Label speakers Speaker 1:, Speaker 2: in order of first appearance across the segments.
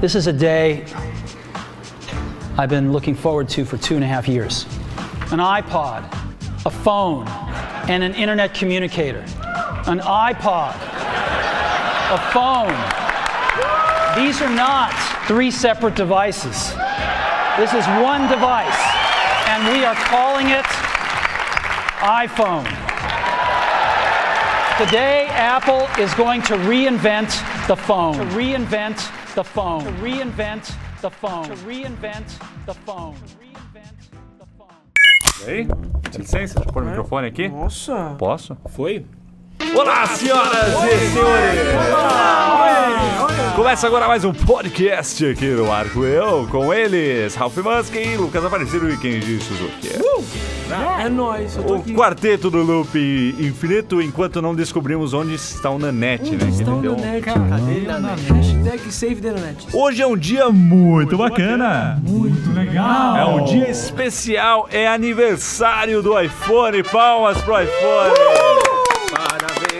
Speaker 1: This is a day I've been looking forward to for two and a half years an iPod, a phone, and an internet communicator. An iPod, a phone. These are not three separate devices. This is one device, and we are calling it iPhone. Today, Apple is going to reinvent the phone. To reinvent the phone. To reinvent the phone. To reinvent the phone.
Speaker 2: Ei, dá licença, deixa eu pôr o microfone aqui.
Speaker 3: É? Nossa.
Speaker 2: Posso?
Speaker 3: Foi?
Speaker 2: Olá, senhoras e senhores! Começa agora mais um podcast aqui no Arco Eu, com eles, Ralph Muskin, Lucas Aparecido e Kenji Suzuki.
Speaker 3: É nóis, eu tô
Speaker 2: O
Speaker 3: aqui.
Speaker 2: quarteto do loop infinito, enquanto não descobrimos onde está o Nanete, né? Que
Speaker 3: Estão
Speaker 2: ele
Speaker 3: no
Speaker 2: deu um-
Speaker 3: net. Hashtag save the net.
Speaker 2: Hoje é um dia muito, bacana.
Speaker 4: Muito legal!
Speaker 2: É um dia especial, é aniversário do iPhone. Palmas pro iPhone! Parabéns!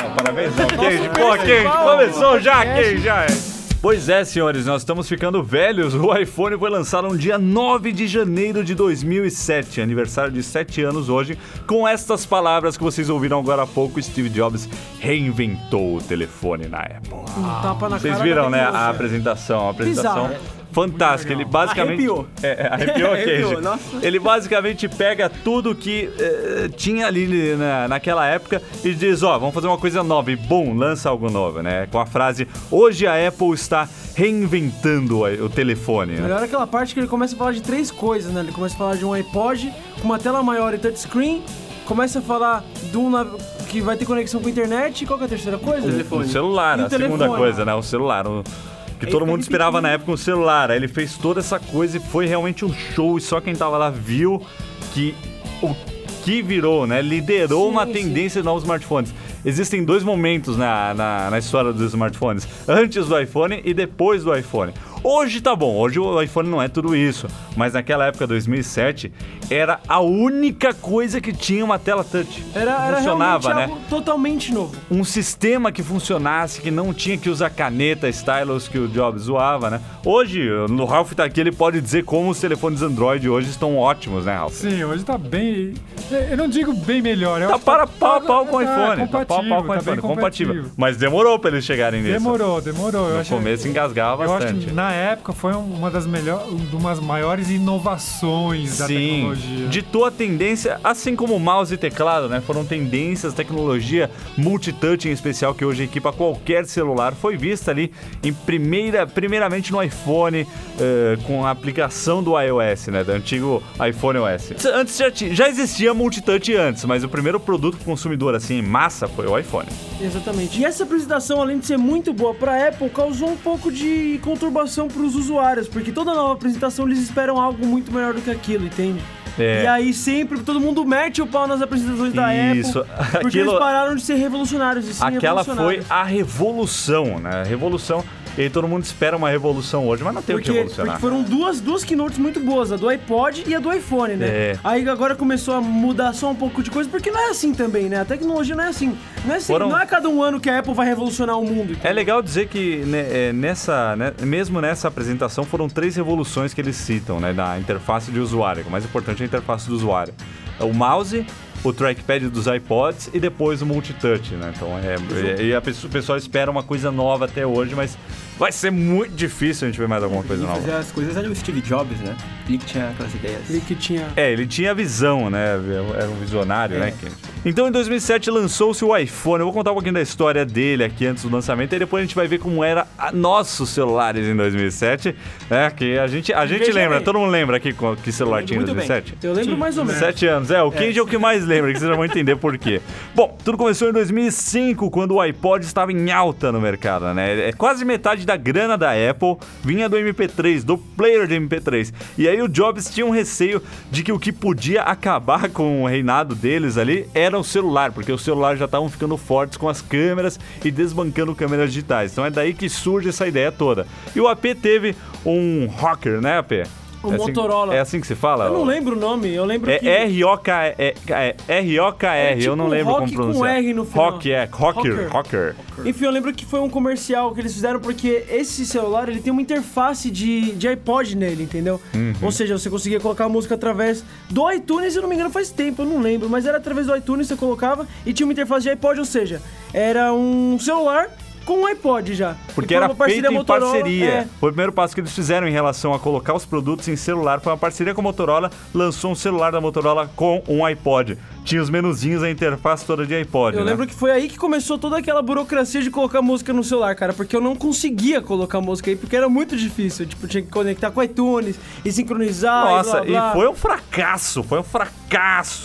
Speaker 2: Não, parabéns não, Kenji. Pô,
Speaker 4: é
Speaker 2: Kenji, começou já, Kenji, já é. Pois é, senhores, nós estamos ficando velhos. O iPhone foi lançado no dia 9 de janeiro de 2007, aniversário de 7 anos hoje. Com estas palavras que vocês ouviram agora há pouco, Steve Jobs reinventou o telefone na Apple.
Speaker 3: Um tapa na cara.
Speaker 2: Vocês viram,
Speaker 3: da
Speaker 2: né, a
Speaker 3: tecnologia.
Speaker 2: apresentação, a apresentação
Speaker 3: Bizarro.
Speaker 2: fantástica. Ele basicamente
Speaker 3: Arrepiou.
Speaker 2: É, é, arrepiou,
Speaker 3: Arrepiou,
Speaker 2: Kenji.
Speaker 3: nossa.
Speaker 2: Ele basicamente pega tudo que eh, tinha ali na, naquela época e diz, ó, vamos fazer uma coisa nova e bum, lança algo novo, né? Com a frase: "Hoje a Apple está reinventando o, o telefone". né?
Speaker 3: Melhor aquela parte que ele começa a falar de três coisas, né? Ele começa a falar de um iPod com uma tela maior e touchscreen. Começa a falar de um nav- que vai ter conexão com a internet. E qual que é a terceira coisa?
Speaker 2: O Um celular,
Speaker 3: E o
Speaker 2: a segunda
Speaker 3: telefone.
Speaker 2: coisa, né? O celular. o- Que todo
Speaker 3: fica
Speaker 2: mundo esperava
Speaker 3: repetindo.
Speaker 2: na época um celular. Aí ele fez toda essa coisa e foi realmente um show. E só quem tava lá viu que o que virou, né? Liderou uma tendência de novos smartphones. Existem dois momentos na, na, na história dos smartphones: antes do iPhone e depois do iPhone. Hoje tá bom, hoje o iPhone não é tudo isso. Mas naquela época, 2007, era a única coisa que tinha uma tela touch.
Speaker 3: Era, era
Speaker 2: Funcionava,
Speaker 3: realmente
Speaker 2: né?
Speaker 3: algo totalmente novo.
Speaker 2: um sistema que funcionasse, que não tinha que usar caneta, stylus que o Jobs zoava, né? Hoje, no Ralph tá aqui, ele pode dizer como os telefones Android hoje estão ótimos, né, Ralph?
Speaker 4: Sim, hoje tá bem. Eu não digo bem melhor. Eu
Speaker 2: Tá
Speaker 4: acho que
Speaker 2: para pau a pau com o
Speaker 4: tá
Speaker 2: iPhone. Tá pau a pau
Speaker 4: compatível,
Speaker 2: com o
Speaker 4: tá
Speaker 2: iPhone,
Speaker 4: bem
Speaker 2: compatível. Mas demorou pra eles chegarem nisso.
Speaker 4: Demorou, demorou. eu
Speaker 2: No
Speaker 4: acho-
Speaker 2: começo engasgava
Speaker 4: Eu acho
Speaker 2: bastante.
Speaker 4: que na época foi um, uma das melhores, umas maiores inovações da
Speaker 2: Sim,
Speaker 4: tecnologia.
Speaker 2: ditou a tendência, assim como mouse e teclado, né? Foram tendências, tecnologia multitouch em especial que hoje equipa qualquer celular. Foi vista ali em primeira, primeiramente no iPhone eh, com a aplicação do iOS, né? Do antigo iPhone OS. Antes já, ti- já existia multitouch antes, mas o primeiro produto consumidor assim em massa foi o iPhone.
Speaker 3: Exatamente. E essa apresentação, além de ser muito boa pra Apple, causou um pouco de conturbação pros usuários, porque toda nova apresentação eles esperam algo muito melhor do que aquilo, entende?
Speaker 2: É.
Speaker 3: E aí sempre todo mundo mete o pau nas apresentações da
Speaker 2: Isso.
Speaker 3: Apple, porque
Speaker 2: Aquilo-
Speaker 3: eles pararam de ser revolucionários e sim
Speaker 2: Aquela foi
Speaker 3: revolucionários.
Speaker 2: a revolução, né? A revolução. E aí todo mundo espera uma revolução hoje, mas não tem o que
Speaker 3: Porque,
Speaker 2: revolucionar.
Speaker 3: porque foram duas, duas keynotes muito boas, a do iPod e a do iPhone, né?
Speaker 2: É.
Speaker 3: Aí agora começou a mudar só um pouco de coisa, porque não é assim também, né? A tecnologia não é assim. Não é, assim,
Speaker 2: Foram-
Speaker 3: não é a cada um ano que a Apple vai revolucionar o mundo.
Speaker 2: É legal dizer que né, é, nessa, né, mesmo nessa apresentação foram três revoluções que eles citam, né, da interface de usuário. O mais importante é a interface do usuário. É O mouse, o trackpad dos iPods e depois o multitouch, né? Então é, e- e a pessoa, o pessoal espera uma coisa nova até hoje, mas vai ser muito difícil a gente ver mais alguma coisa
Speaker 5: E fazer
Speaker 2: nova.
Speaker 5: as coisas era o Steve Jobs, né? Ele que tinha aquelas ideias.
Speaker 3: Ele que tinha
Speaker 2: É, ele tinha visão, né? Era um visionário, né? Kent? Então, em 2007, lançou-se o iPhone. Eu vou contar um pouquinho da história dele aqui antes do lançamento. E depois a gente vai ver como era a- nossos celulares em 2007. Né? Que a gente, a gente
Speaker 3: Veja
Speaker 2: lembra,
Speaker 3: bem.
Speaker 2: todo mundo lembra aqui qual- que celular tinha em
Speaker 5: Muito bem.
Speaker 2: 2007?
Speaker 3: Eu lembro mais ou menos.
Speaker 2: Sete anos, é. O Kenji é, o que mais lembra, que vocês vão entender por quê. Bom, tudo começou em 2005, quando o iPod estava em alta no mercado, né? É Quase metade da grana da Apple vinha do MP3, do player de MP3. E aí o Jobs tinha um receio de que o que podia acabar com o reinado deles ali era o celular, porque os celulares já estavam ficando fortes com as câmeras e desbancando câmeras digitais. Então é daí que surge essa ideia toda. E o AP teve um rocker, né, AP?
Speaker 3: O
Speaker 2: É assim-
Speaker 3: Motorola.
Speaker 2: é assim que se fala?
Speaker 3: Eu não lembro o nome, eu lembro que...
Speaker 2: É R-O-K-R, é, é R-O-K-R,
Speaker 3: É
Speaker 2: eu não
Speaker 3: tipo
Speaker 2: lembro
Speaker 3: rock
Speaker 2: como
Speaker 3: com
Speaker 2: pronunciar.
Speaker 3: R no final.
Speaker 2: Rock, é, rocker, rocker.
Speaker 3: Enfim, eu lembro que foi um comercial que eles fizeram porque esse celular ele tem uma interface de, de iPod nele, entendeu?
Speaker 2: Uhum.
Speaker 3: Ou seja, você conseguia colocar a música através do iTunes, se eu não me engano, faz tempo, eu não lembro, mas era através do iTunes você colocava e tinha uma interface de iPod, ou seja, era um celular com um iPod já.
Speaker 2: Porque
Speaker 3: E foi
Speaker 2: era
Speaker 3: uma parceria
Speaker 2: feito em
Speaker 3: Motorola,
Speaker 2: parceria.
Speaker 3: é.
Speaker 2: Foi o primeiro passo que eles fizeram em relação a colocar os produtos em celular. Foi uma parceria com a Motorola, lançou um celular da Motorola com um iPod. Tinha os menuzinhos, a interface toda de iPod,
Speaker 3: Eu
Speaker 2: né?
Speaker 3: lembro que foi aí que começou toda aquela burocracia de colocar música no celular, cara, porque eu não conseguia colocar música aí, porque era muito difícil. Tipo, tinha que conectar com o iTunes e sincronizar.
Speaker 2: Nossa,
Speaker 3: e, blá, blá.
Speaker 2: e foi um fracasso, foi um fracasso.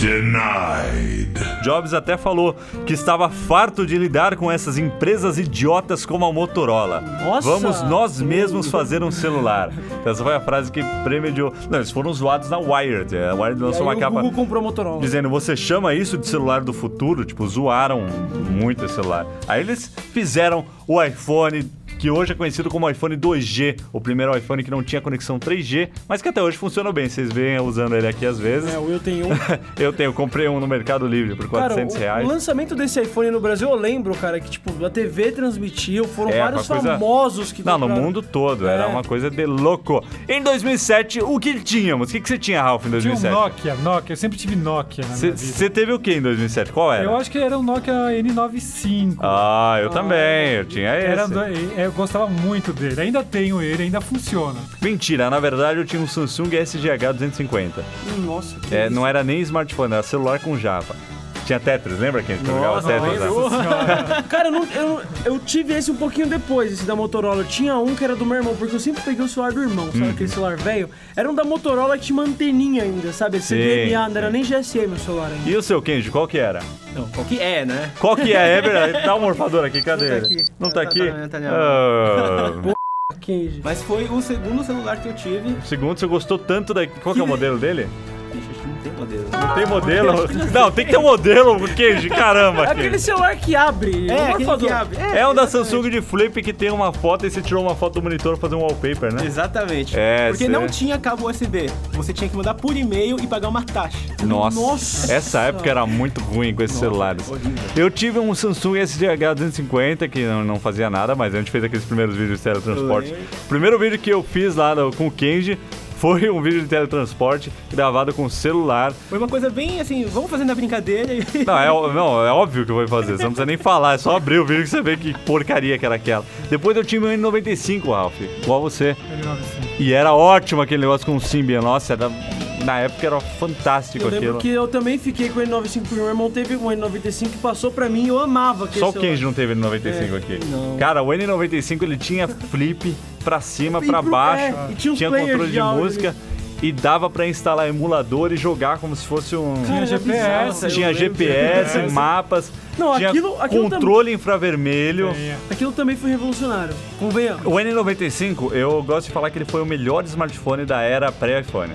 Speaker 2: Jobs até falou que estava farto de lidar com essas empresas idiotas como a Motorola.
Speaker 3: Nossa!
Speaker 2: Vamos nós mesmos fazer um celular. Essa foi a frase que premediou. Não, eles foram zoados na Wired. A Wired
Speaker 3: E aí
Speaker 2: lançou uma
Speaker 3: o
Speaker 2: capa
Speaker 3: Google comprou a Motorola.
Speaker 2: dizendo: você chama isso de celular do futuro? Tipo, zoaram muito esse celular. Aí eles fizeram o iPhone. Que hoje é conhecido como iPhone 2G, o primeiro iPhone que não tinha conexão 3G, mas que até hoje funcionou bem. Vocês veem eu usando ele aqui às vezes.
Speaker 3: É, o Will tem um.
Speaker 2: Eu tenho, comprei um no Mercado Livre por
Speaker 3: Cara,
Speaker 2: 400
Speaker 3: o-
Speaker 2: reais.
Speaker 3: o lançamento desse iPhone no Brasil, eu lembro, cara, que tipo, a TV transmitiu, foram
Speaker 2: É,
Speaker 3: vários
Speaker 2: uma coisa-
Speaker 3: famosos que
Speaker 2: Não, no
Speaker 3: compraram.
Speaker 2: mundo todo, era
Speaker 3: É.
Speaker 2: uma coisa de louco. Em 2007, o que tínhamos? O que, que você tinha, Ralph, em
Speaker 4: Tinha um
Speaker 2: 2007?
Speaker 4: Nokia, Nokia. Eu sempre tive Nokia na minha vida.
Speaker 2: Você teve o que em 2007? Qual era?
Speaker 4: Eu acho que era um Nokia N95.
Speaker 2: Ah, eu também, eu tinha esse.
Speaker 4: Era do- é, eu gostava muito dele. Ainda tenho ele, ainda funciona.
Speaker 2: Mentira, na verdade eu tinha um Samsung SGH 250.
Speaker 3: Hum, Nossa, que
Speaker 2: É, não era nem smartphone, era celular com Java. Tinha Tetris, lembra que a gente jogava Tetris? lá?
Speaker 4: Nossa senhora.
Speaker 3: Cara, eu, não- eu- eu tive esse um pouquinho depois, esse da Motorola. Eu tinha um que era do meu irmão, porque eu sempre peguei o celular do irmão, sabe?
Speaker 2: Uhum.
Speaker 3: Aquele celular velho. Era um da Motorola que tinha uma anteninha ainda, sabe? CDMA, não era nem GSM o celular ainda.
Speaker 2: E o seu Kenji, qual que era?
Speaker 5: Não, qual que é, né?
Speaker 2: Qual que é? É verdade, dá um morfador aqui, cadê
Speaker 5: tá
Speaker 2: ele?
Speaker 5: aqui.
Speaker 2: Não tá
Speaker 5: Tá,
Speaker 2: aqui?
Speaker 5: tá, tá, tá,
Speaker 2: Ah,
Speaker 3: Kenji.
Speaker 5: Mas foi o segundo celular que eu tive.
Speaker 2: Segundo, você gostou tanto da. Qual que é o modelo dele?
Speaker 5: Ixi, acho que não tem modelo.
Speaker 2: Não tem modelo? Não, tem que ter um modelo, queijo, caramba.
Speaker 3: É aquele
Speaker 2: queijo.
Speaker 3: celular que abre. o morfador.
Speaker 5: É,
Speaker 2: É um da Samsung de flip que tem uma foto e você tirou uma foto do monitor pra fazer um wallpaper, né?
Speaker 5: Exatamente.
Speaker 2: É,
Speaker 5: Porque
Speaker 2: cê-
Speaker 5: não tinha cabo USB. Você tinha que mandar por e-mail e pagar uma taxa.
Speaker 2: Nossa,
Speaker 3: Nossa.
Speaker 2: essa época era muito ruim com esses celulares.
Speaker 5: horrível.
Speaker 2: Eu tive um Samsung SDH 250 que não, não fazia nada, mas a gente fez aqueles primeiros vídeos de teletransporte.
Speaker 5: Eu lembro.
Speaker 2: O primeiro vídeo que eu fiz lá no- com o Kenji foi um vídeo de teletransporte gravado com celular.
Speaker 5: Foi uma coisa bem assim, vamos fazer na brincadeira e.
Speaker 2: Não, é, ó- não, é óbvio que eu vou fazer, você não precisa nem falar, é só abrir o vídeo que você vê que porcaria que era aquela. Depois eu tive um N95, Ralph, igual você.
Speaker 4: N95.
Speaker 2: E era ótimo aquele negócio com o Symbian, nossa, era- na época era fantástico
Speaker 3: Eu
Speaker 2: aquilo.
Speaker 3: lembro que eu também fiquei com o N95 porque meu irmão teve um N95 que passou pra mim e eu amava aquele
Speaker 2: Só o
Speaker 3: celular.
Speaker 2: Kenji não teve N95
Speaker 3: É,
Speaker 2: aqui. Cara, o N95 ele tinha flip pra cima,
Speaker 3: Flip
Speaker 2: pra
Speaker 3: pro
Speaker 2: baixo,
Speaker 3: pé, e tinha
Speaker 2: tinha,
Speaker 3: uns players
Speaker 2: controle
Speaker 3: de
Speaker 2: de
Speaker 3: áudio
Speaker 2: música e dava pra instalar emulador e jogar como se fosse um.
Speaker 3: Cara, era
Speaker 4: GPS,
Speaker 3: bizarro,
Speaker 2: tinha
Speaker 3: eu lembro.
Speaker 2: GPS, mapas,
Speaker 3: Não,
Speaker 2: tinha
Speaker 3: aquilo- aquilo tam-
Speaker 2: controle infravermelho.
Speaker 4: Tinha.
Speaker 3: Aquilo também foi revolucionário. Convenhamos.
Speaker 2: O N95, eu gosto de falar que ele foi o melhor smartphone da era pré-iPhone,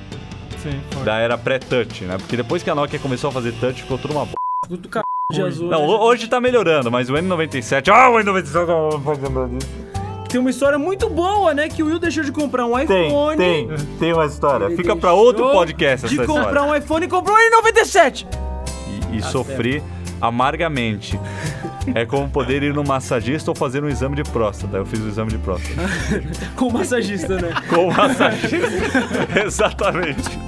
Speaker 4: Sim, foi.
Speaker 2: da era pré-touch, né? Porque depois que a Nokia começou a fazer touch, ficou tudo uma b...
Speaker 3: Do c... de azul. né?
Speaker 2: Não, ho- hoje tá melhorando, mas o N97... Ah, o N97...
Speaker 3: Tem uma história muito boa, né? Que o Will deixou de comprar um iPhone.
Speaker 2: tem uma história.
Speaker 3: Ele
Speaker 2: Fica pra
Speaker 3: deixou
Speaker 2: outro podcast
Speaker 3: De
Speaker 2: essa
Speaker 3: comprar
Speaker 2: história.
Speaker 3: um iPhone e comprou em 97.
Speaker 2: E, e sofri amargamente. É como poder ir no massagista ou fazer um exame de próstata. Eu fiz o exame de próstata.
Speaker 3: Com o massagista, né?
Speaker 2: Com o massagista. Exatamente.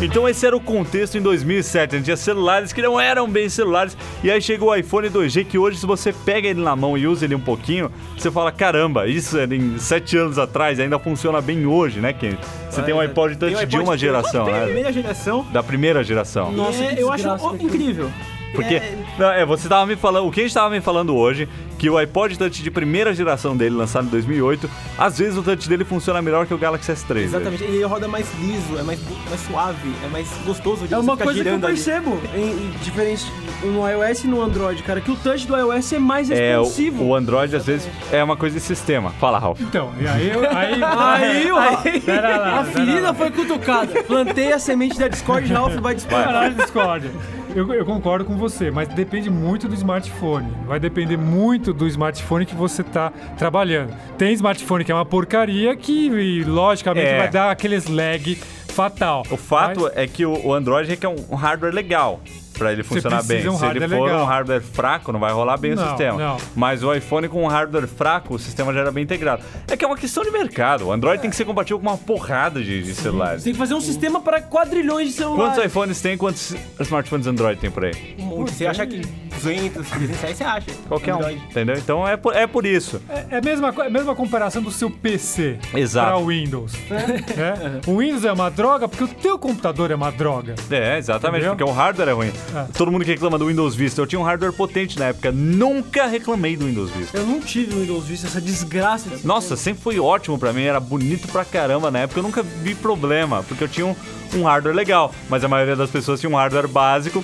Speaker 2: Então esse era o contexto em 2007. A gente tinha celulares que não eram bem celulares. E aí chegou o iPhone 2G, que hoje se você pega ele na mão e usa ele um pouquinho, você fala, caramba, isso era em sete anos atrás ainda funciona bem hoje, né, Ken? Você tem um iPod
Speaker 5: Tem
Speaker 2: Touch
Speaker 5: um
Speaker 2: de
Speaker 5: iPod
Speaker 2: uma
Speaker 5: Touch.
Speaker 2: geração, né?
Speaker 5: Primeira geração.
Speaker 2: Da primeira geração.
Speaker 3: Nossa,
Speaker 5: é,
Speaker 3: que
Speaker 5: eu acho
Speaker 3: desgraça,
Speaker 5: oh,
Speaker 3: né, cara?
Speaker 5: incrível.
Speaker 2: Porque.
Speaker 5: É,
Speaker 2: Não, é, você tava me falando. O Kenji tava me falando hoje que o iPod Touch de primeira geração dele, lançado em 2008, às vezes o touch dele funciona melhor que o Galaxy S3.
Speaker 5: Exatamente, ele roda mais liso, é mais, mais suave, é mais gostoso de
Speaker 3: É
Speaker 5: você
Speaker 3: uma
Speaker 5: ficar
Speaker 3: coisa que eu
Speaker 5: girando ali.
Speaker 3: percebo, em, em diferença no iOS e no Android, cara, que o touch do iOS é mais
Speaker 2: É, o,
Speaker 3: responsivo.
Speaker 2: o Android às vezes é uma coisa de sistema. Fala, Ralph.
Speaker 4: Então, e aí... eu- aí,
Speaker 2: Ah, é.
Speaker 3: Aí, ó,
Speaker 4: Pera lá,
Speaker 3: a ferida foi cutucada. Plantei a semente da Discord, Ralph vai disparar.
Speaker 4: Caralho, discórdia. Eu, eu concordo com você, mas depende muito do smartphone. Vai depender muito do smartphone que você tá trabalhando. Tem smartphone que é uma porcaria que, logicamente,
Speaker 2: É.
Speaker 4: vai dar aqueles lag fatal.
Speaker 2: O fato
Speaker 4: Mas-
Speaker 2: é que o, o Android requer um, um hardware legal pra ele funcionar
Speaker 4: precisa
Speaker 2: bem.
Speaker 4: de um
Speaker 2: Se ele
Speaker 4: hardware
Speaker 2: for
Speaker 4: legal.
Speaker 2: um hardware fraco, não vai rolar bem o
Speaker 4: Não,
Speaker 2: sistema.
Speaker 4: não.
Speaker 2: Mas o iPhone com um hardware fraco, o sistema já era bem integrado. É que é uma questão de mercado. O
Speaker 5: É.
Speaker 2: Android tem que ser compatível com uma porrada de, de celulares.
Speaker 3: Você tem que fazer um sistema para quadrilhões de celulares.
Speaker 2: Quantos iPhones tem? Quantos smartphones Android tem por aí?
Speaker 5: Um monte. Você acha que 200, 300 reais, você acha. É
Speaker 2: Qualquer
Speaker 5: Android.
Speaker 2: um. Entendeu? Então é por, é por isso.
Speaker 4: É a mesma, co- é a mesma comparação do seu PC
Speaker 2: Exato.
Speaker 4: para o Windows. né? O Windows é uma droga porque o teu computador é uma droga.
Speaker 2: É, exatamente,
Speaker 4: Entendeu?
Speaker 2: porque o hardware é ruim.
Speaker 4: Ah.
Speaker 2: Todo mundo que reclama do Windows Vista. Eu tinha um hardware potente na época. Nunca reclamei do Windows Vista.
Speaker 3: Eu não tive o Windows Vista, essa desgraça. desse
Speaker 2: Nossa, sempre foi ótimo pra mim, era bonito pra caramba na época, eu nunca vi problema, porque eu tinha um, um hardware legal, mas a maioria das pessoas tinha um hardware básico.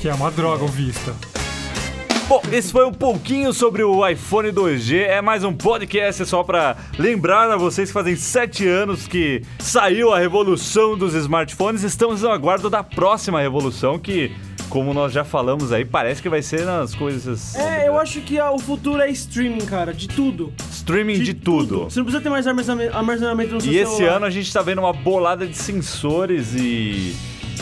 Speaker 4: Que é uma droga o Vista.
Speaker 2: Bom, esse foi um pouquinho sobre o iPhone 2G, é mais um podcast só pra lembrar a vocês que fazem sete anos que saiu a revolução dos smartphones, estamos no aguardo da próxima revolução que... Como nós já falamos aí, parece que vai ser nas coisas.
Speaker 3: É, eu acho que ah, o futuro é streaming, cara, de tudo.
Speaker 2: Streaming de, tudo.
Speaker 3: Você não precisa ter mais armazene- armazenamento no seu
Speaker 2: E esse
Speaker 3: celular.
Speaker 2: ano a gente tá vendo uma bolada de sensores e,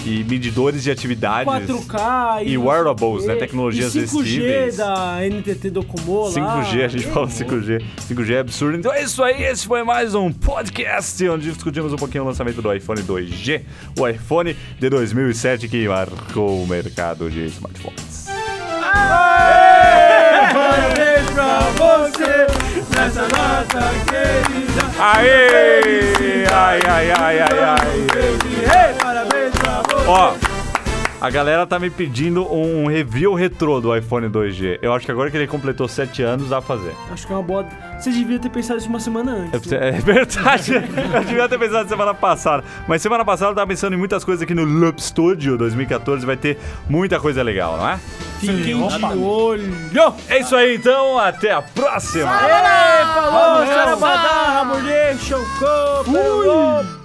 Speaker 2: e medidores de atividades.
Speaker 3: 4K
Speaker 2: E
Speaker 3: não sei
Speaker 2: wearables,
Speaker 3: o quê.
Speaker 2: né, tecnologias
Speaker 3: e 5G
Speaker 2: vestíveis.
Speaker 3: da NTT Docomo lá.
Speaker 2: 5G, a gente fala 5G. 5G é absurdo. Então é isso aí, esse foi mais um podcast onde discutimos um pouquinho o lançamento do iPhone 2G, o iPhone de 2007 que marcou o mercado de smartphones. Aê! Ai, ai, ai, ai, ai.
Speaker 3: Parabéns pra você.
Speaker 2: Ó, a galera tá me pedindo um review retrô do iPhone 2G. Eu acho que agora que ele completou 7 anos, dá pra fazer.
Speaker 3: Acho que é uma boa... Você devia ter pensado isso uma semana antes.
Speaker 2: Eu- É verdade. Eu devia ter pensado semana passada. Mas semana passada eu tava pensando em muitas coisas aqui no Loop Studio 2014. Vai ter muita coisa legal, não é?
Speaker 4: Sim, opa.
Speaker 3: olho.
Speaker 2: Yo, é isso aí então. Até a próxima.
Speaker 3: Falou, Sarabadarra, mulher, chocou, pelou,